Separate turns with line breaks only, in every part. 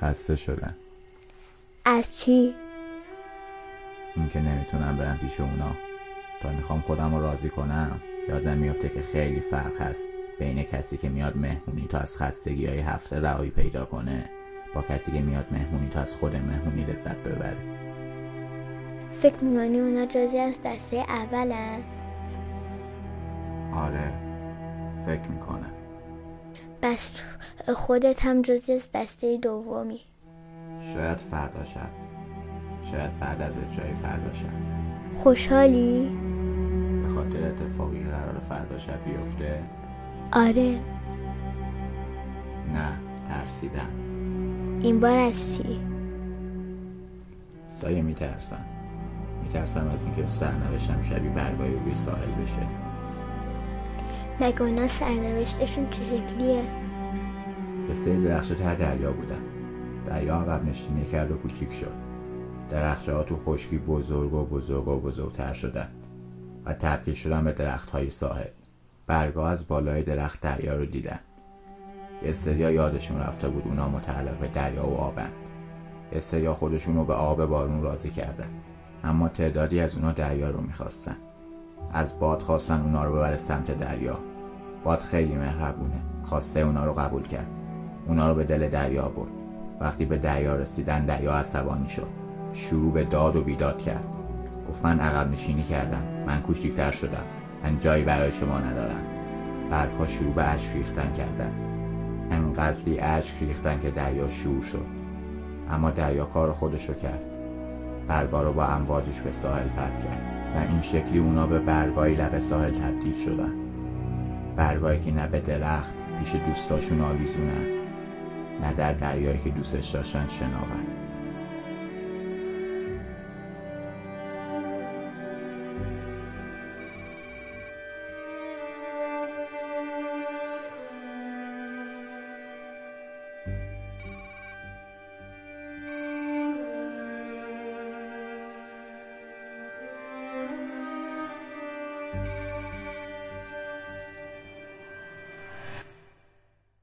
خسته شدم
از چی؟
اینکه نمیتونم برم پیش اونا تا میخوام خودم رو راضی کنم یادم میفته که خیلی فرق هست بین کسی که میاد مهمونی تا از خستگی های هفته رهایی پیدا کنه با کسی که میاد مهمونی تا از خود مهمونی لذت ببره
فکر میکنی اونا جزی از دسته اولن؟
آره فکر میکنم
بس خودت هم جزی از دسته دومی
شاید فردا شب شاید بعد از اجرای فردا شب
خوشحالی؟
به خاطر اتفاقی قرار فردا شب بیفته
آره
نه ترسیدم
این بار از چی؟
سایه میترسم میترسم از اینکه سرنوشتم شبیه برگای روی ساحل بشه
مگه اونا سرنوشتشون چه شکلیه؟
به سیر درخشه تر دریا بودم دریا عقب نشینی کرد و کوچیک شد درخشه ها تو خشکی بزرگ و بزرگ و بزرگتر شدن و تبدیل شدن به درخت های ساحل برگا از بالای درخت دریا رو دیدن یه سریا یادشون رفته بود اونا متعلق به دریا و آبن یه سریا خودشون رو به آب بارون راضی کردن اما تعدادی از اونا دریا رو میخواستن از باد خواستن اونا رو ببره سمت دریا باد خیلی مهربونه خواسته اونا رو قبول کرد اونا رو به دل دریا برد وقتی به دریا رسیدن دریا عصبانی شد شروع به داد و بیداد کرد گفت من عقب نشینی کردم من کوچیکتر شدم من جایی برای شما ندارم برگها شروع به اشک ریختن کردن انقدری اشک ریختن که دریا شور شد اما دریا کار خودشو کرد برگا رو با امواجش به ساحل پرت کرد و این شکلی اونا به برگای لب ساحل تبدیل شدن برگایی که نه به درخت پیش دوستاشون آویزونن نه در دریایی که دوستش داشتن شناور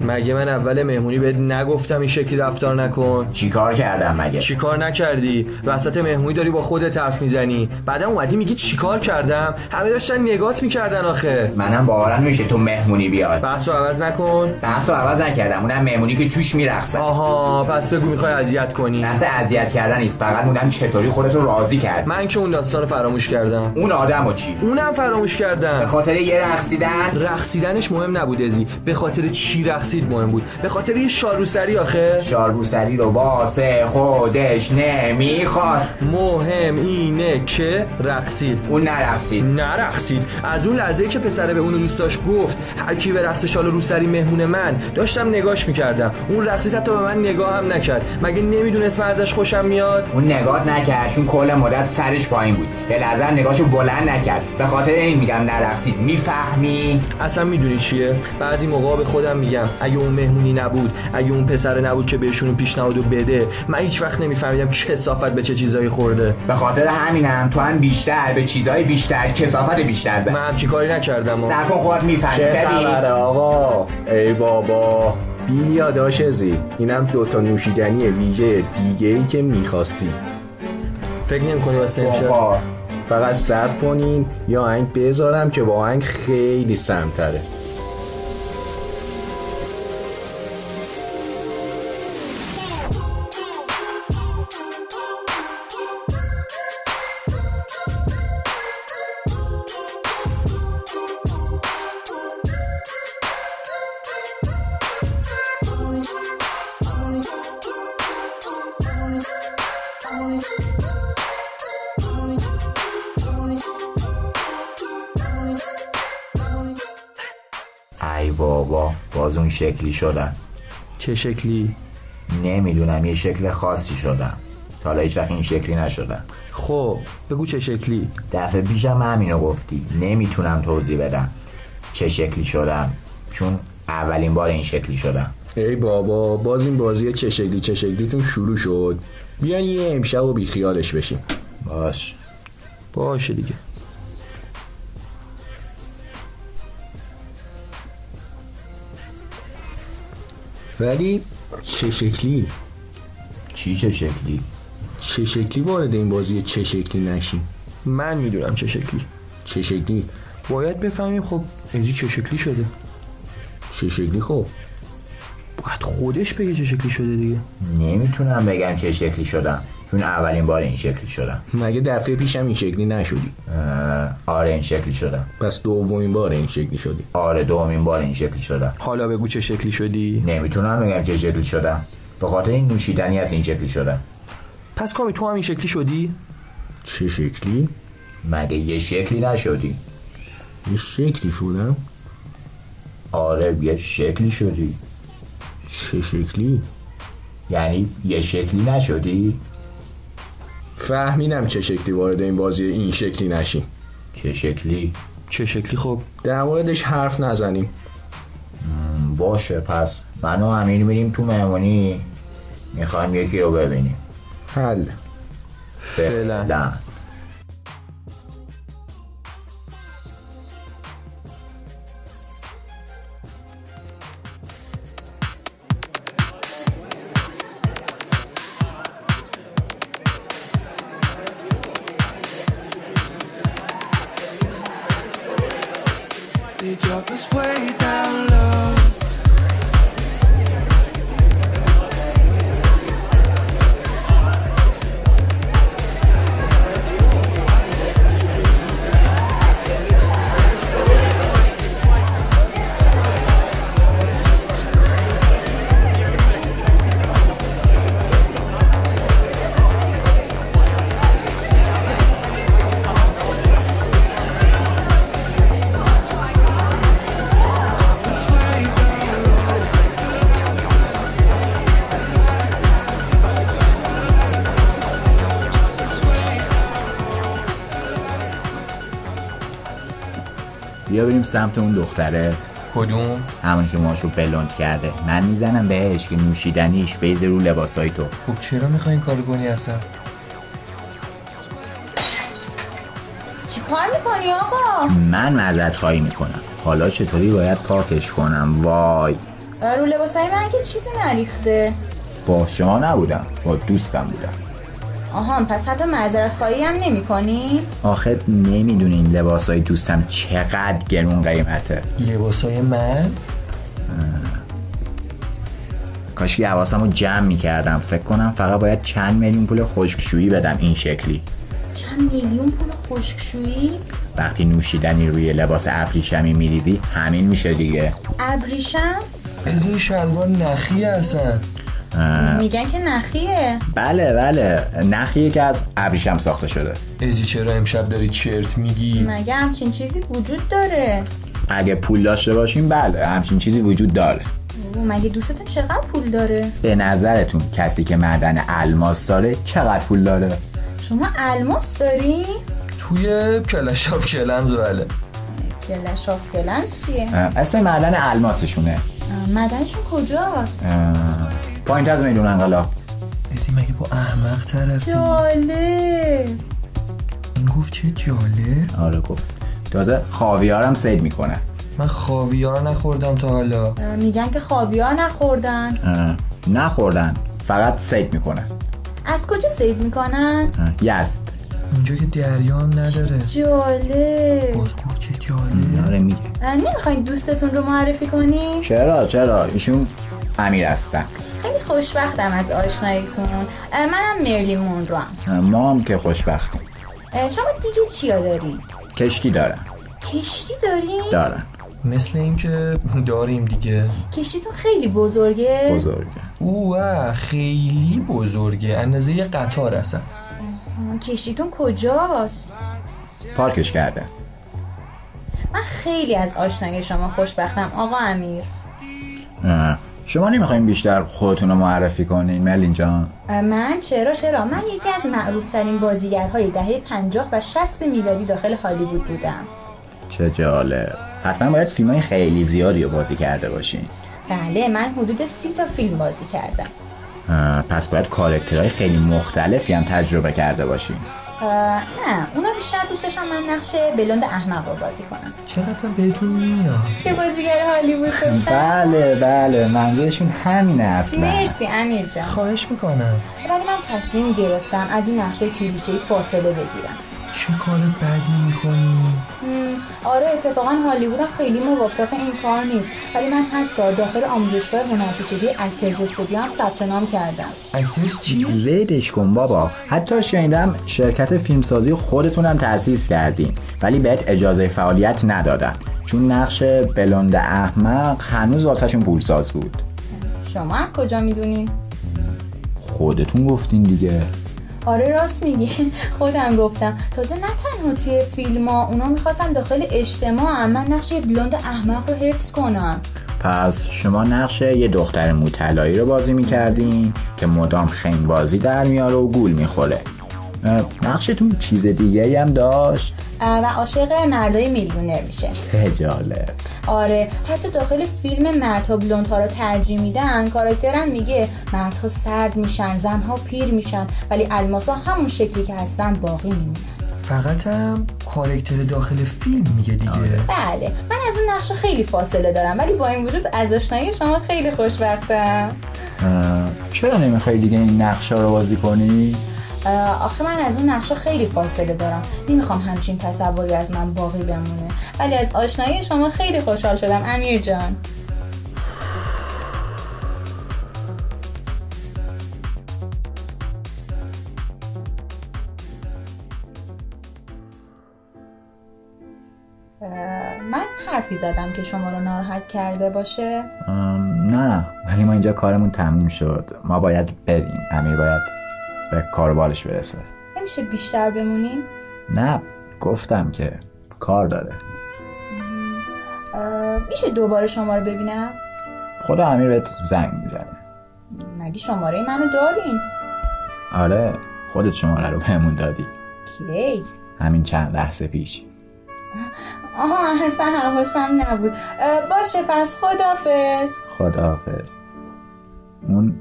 مگه من اول مهمونی بهت نگفتم این شکلی رفتار نکن
چیکار کردم مگه
چیکار نکردی وسط مهمونی داری با خودت حرف میزنی بعدا اومدی میگی چیکار کردم همه داشتن نگات میکردن آخه
منم باورم میشه تو مهمونی بیاد
بحث رو عوض نکن
بحث رو عوض نکردم اونم مهمونی که توش میرقصن
آها پس بگو میخوای اذیت کنی
بحث اذیت کردن نیست فقط اونم چطوری خودتو راضی کرد
من که اون داستان رو فراموش کردم
اون آدم و چی
اونم فراموش
به
کردم
خاطر یه رقصیدن
رقصیدنش مهم نبود ازی به خاطر چی رقصید مهم بود به خاطر یه شاروسری آخه
شاربوسری رو واسه خودش نمیخواست
مهم اینه که رقصید
اون نرقصید
نرقصید از اون لحظه که پسره به اون دوست داشت گفت هر کی به رقص شال روسری مهمون من داشتم نگاش میکردم اون رقصید حتی به من نگاه هم نکرد مگه نمیدونست من ازش خوشم میاد
اون نگات نکرد چون کل مدت سرش پایین بود به نظر نگاهشو بلند نکرد به خاطر این میگم نرقصید میفهمی
اصلا میدونی چیه بعضی موقع به خودم میگم اگه اون مهمونی نبود اگه اون پسره نبود که بهشون پیشنهادو بده من هیچ وقت نمیفهمیدم چه صافت به چه چیزایی خورده
به خاطر همینم تو هم بیشتر به چیزای بیشتر کسافت بیشتر زن
من همچی کاری نکردم و
سر کن خودت میفهمی
چه
ببین
خبره آقا ای بابا بیا داش ازی اینم دوتا نوشیدنی ویژه دیگه ای که میخواستی
فکر نمی‌کنی واسه
خب،
امشب
بخور.
فقط سر کنین یا آهنگ بذارم که با آهنگ خیلی سمتره
ای بابا باز اون شکلی شدم
چه شکلی
نمیدونم یه شکل خاصی شدم تا حالا هیچ وقت این شکلی نشدم
خب بگو چه شکلی
دفعه پیشم همینو گفتی نمیتونم توضیح بدم چه شکلی شدم چون اولین بار این شکلی شدم
ای بابا باز این بازی چه شکلی چه شکلیتون شروع شد بیان یه امشب و بیخیالش بشیم
باش
باشه دیگه
ولی چه شکلی
چی چه شکلی
چه شکلی وارد این بازی چه شکلی نشیم
من میدونم چه شکلی
چه شکلی
باید بفهمیم خب ازی چه شکلی شده
چه شکلی خب
باید خودش بگه چه شکلی شده دیگه
نمیتونم بگم چه شکلی شدم چون اولین بار این شکلی شدم
مگه دفعه پیشم این شکلی نشدی
اه، آره این شکلی شدم
پس دومین بار این شکلی شدی
آره دومین بار این شکلی شدم
حالا بگو چه شکلی شدی
نمیتونم بگم چه شکلی شدم به خاطر این نوشیدنی از این شکلی شدم
پس کامی تو هم این شکلی شدی
چه شکلی
مگه یه شکلی نشدی
یه شکلی شدم
آره یه شکلی شدی
چه شکلی
یعنی یه شکلی نشدی
فهمیدم چه شکلی وارد این بازی این شکلی نشیم
چه شکلی
چه شکلی خب
در موردش حرف نزنیم
باشه پس من و امیر میریم تو مهمونی میخوایم یکی رو ببینیم
حل
فعلا.
فعلا.
They drop us way down low. Drop us way down low. Drop us way down
بیا بریم سمت اون دختره
کدوم
همون که ماشو بلوند کرده من میزنم بهش که نوشیدنیش بیز رو لباسای تو
خب چرا میخوای این کارو کنی اصلا
چی کار میکنی آقا؟
من معذرت خواهی میکنم حالا چطوری باید پاکش کنم وای
رو لباسای من که چیزی نریخته
با شما نبودم با دوستم بودم
آهان پس حتی معذرت خواهی هم نمی کنی؟
آخه نمیدونین لباسای دوستم چقدر گرون قیمته
لباسای من
کاشکی حواسم رو جمع میکردم فکر کنم فقط باید چند میلیون پول خشکشویی بدم این شکلی
چند میلیون پول خشکشویی؟
وقتی نوشیدنی روی لباس ابریشمی میریزی همین میشه دیگه
ابریشم؟
از این شلوار نخی اصلا
میگن که نخیه
بله بله نخیه که از ابریشم ساخته شده
ازی چرا امشب داری چرت میگی
مگه همچین چیزی وجود داره
اگه پول داشته باشیم بله همچین چیزی وجود داره
اوه، مگه دوستتون چقدر پول داره؟
به نظرتون کسی که معدن الماس داره چقدر پول داره
شما الماس داری؟
توی کلشاب کلنز بله
کلش آف کلنز چیه؟
اه، اسم معدن الماسشونه
آه، مدنشون کجاست؟
اه، پایین از میدون انقلاب
ازی مگه با احمق طرفی
جالب
این گفت چه جاله
آره گفت تازه خاویارم سید میکنه
من خاویار نخوردم تا حالا
آه، میگن که خاویار نخوردن
اه، نخوردن فقط سید میکنه
از کجا سید میکنن؟
اه، یزد
اینجا که دریا هم نداره
جالب
بازگو چه جاله
آره میگه
نمیخواین دوستتون رو معرفی کنی؟
چرا چرا ایشون امیر هستن
خیلی خوشبختم از آشناییتون اه، منم مرلی مونروم
اه، ما هم که خوشبختیم
اه، شما دیگه چیا داری؟
کشتی دارن
کشتی داری؟
دارن
مثل اینکه داریم دیگه
کشتیتون خیلی بزرگه؟
بزرگه
اوه خیلی بزرگه اندازه یه قطار اصلا
آه، کشتیتون کجاست؟
پارکش کرده
من خیلی از آشنایی شما خوشبختم آقا امیر
اه، شما نمیخوایم بیشتر خودتون رو معرفی کنین ملین جان
اه، من چرا چرا من یکی از معروفترین بازیگرهای دهه پنجاه و شست میلادی داخل هالیوود بودم
چه جالب حتما باید فیلم های خیلی زیادی رو بازی کرده باشین
بله من حدود سی تا فیلم بازی کردم
اه، پس باید کارکترهای خیلی مختلفی هم تجربه کرده باشین
اه، نه اونا بیشتر دوست داشتن من نقش بلوند احمق رو بازی کنم
چقدر بهتون میاد
که بازیگر هالیوود باشم
بله بله منظورشون همین اصلا
مرسی امیر جان
خواهش میکنم
ولی من تصمیم گرفتم از این نقشه کلیشه فاصله بگیرم
چه کار بدی میکنی
مم، آره اتفاقا هالیوودم خیلی موافق این کار نیست ولی من حتی داخل آموزشگاه هنرپیشگی اکترز استودیو هم ثبت نام کردم
اکترس چی؟
ولش کن بابا حتی شنیدم شرکت فیلمسازی خودتونم تأسیس کردین ولی بهت اجازه فعالیت ندادن چون نقش بلوند احمق هنوز واسهشون پولساز بود
شما از کجا میدونین
خودتون گفتین دیگه
آره راست میگی خودم گفتم تازه نه تنها توی فیلم ها اونا میخواستم داخل اجتماع هم من نقش یه بلوند احمق رو حفظ کنم
پس شما نقش یه دختر موطلایی رو بازی میکردین که مدام خیم بازی در میاره و گول میخوره اه، نقشتون چیز دیگه هم داشت
اه، و عاشق مردای میلیونر میشه
چه جالب
آره حتی داخل فیلم مردها بلوندها رو ترجیح میدن کاراکترم میگه مردها سرد میشن زنها پیر میشن ولی الماسا همون شکلی که هستن باقی میمونن
فقط هم کارکتر داخل فیلم میگه دیگه
بله من از اون نقشه خیلی فاصله دارم ولی با این وجود از آشنایی شما خیلی خوشبختم
اه، چرا نمیخوای دیگه این نقشه رو بازی کنی؟
اه، آخه من از اون نقشه خیلی فاصله دارم نمیخوام همچین تصوری از من باقی بمونه ولی از آشنایی شما خیلی خوشحال شدم امیر جان اه، من حرفی زدم که شما رو ناراحت کرده باشه
ام، نه ولی ما اینجا کارمون تموم شد ما باید بریم امیر باید به کار و بالش برسه
نمیشه بیشتر بمونیم
نه گفتم که کار داره
اه، میشه دوباره شما رو ببینم
خدا امیر بهت زنگ میزنه
مگه شماره منو دارین
آره خودت شماره رو بهمون دادی
کی
همین چند لحظه پیش
آها اصلا حواسم نبود اه، باشه پس خدافز
خداحافظ اون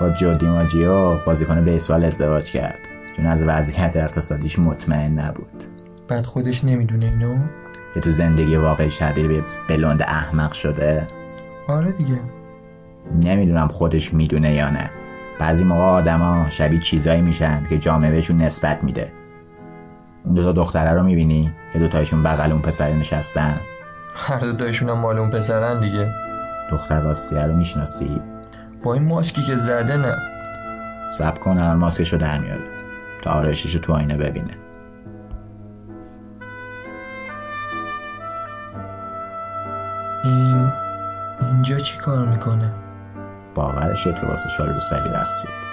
با جودی ماجیو بازیکن بیسبال ازدواج کرد چون از وضعیت اقتصادیش مطمئن نبود
بعد خودش نمیدونه اینو
که تو زندگی واقعی شبیه به بلند احمق شده
آره دیگه
نمیدونم خودش میدونه یا نه بعضی موقع آدما شبیه چیزایی میشن که جامعه بهشون نسبت میده اون دوتا دختره رو میبینی که دوتایشون بغل اون پسر نشستن
هر دو تایشون هم مال اون پسرن دیگه
دختر راستیه رو میشناسی
با این ماسکی که زده نه
سب کن الان ماسکش رو در میاره تا آرایشش رو تو آینه ببینه
این اینجا چی کار میکنه
باورش شد که واسه شال رو سری رقصید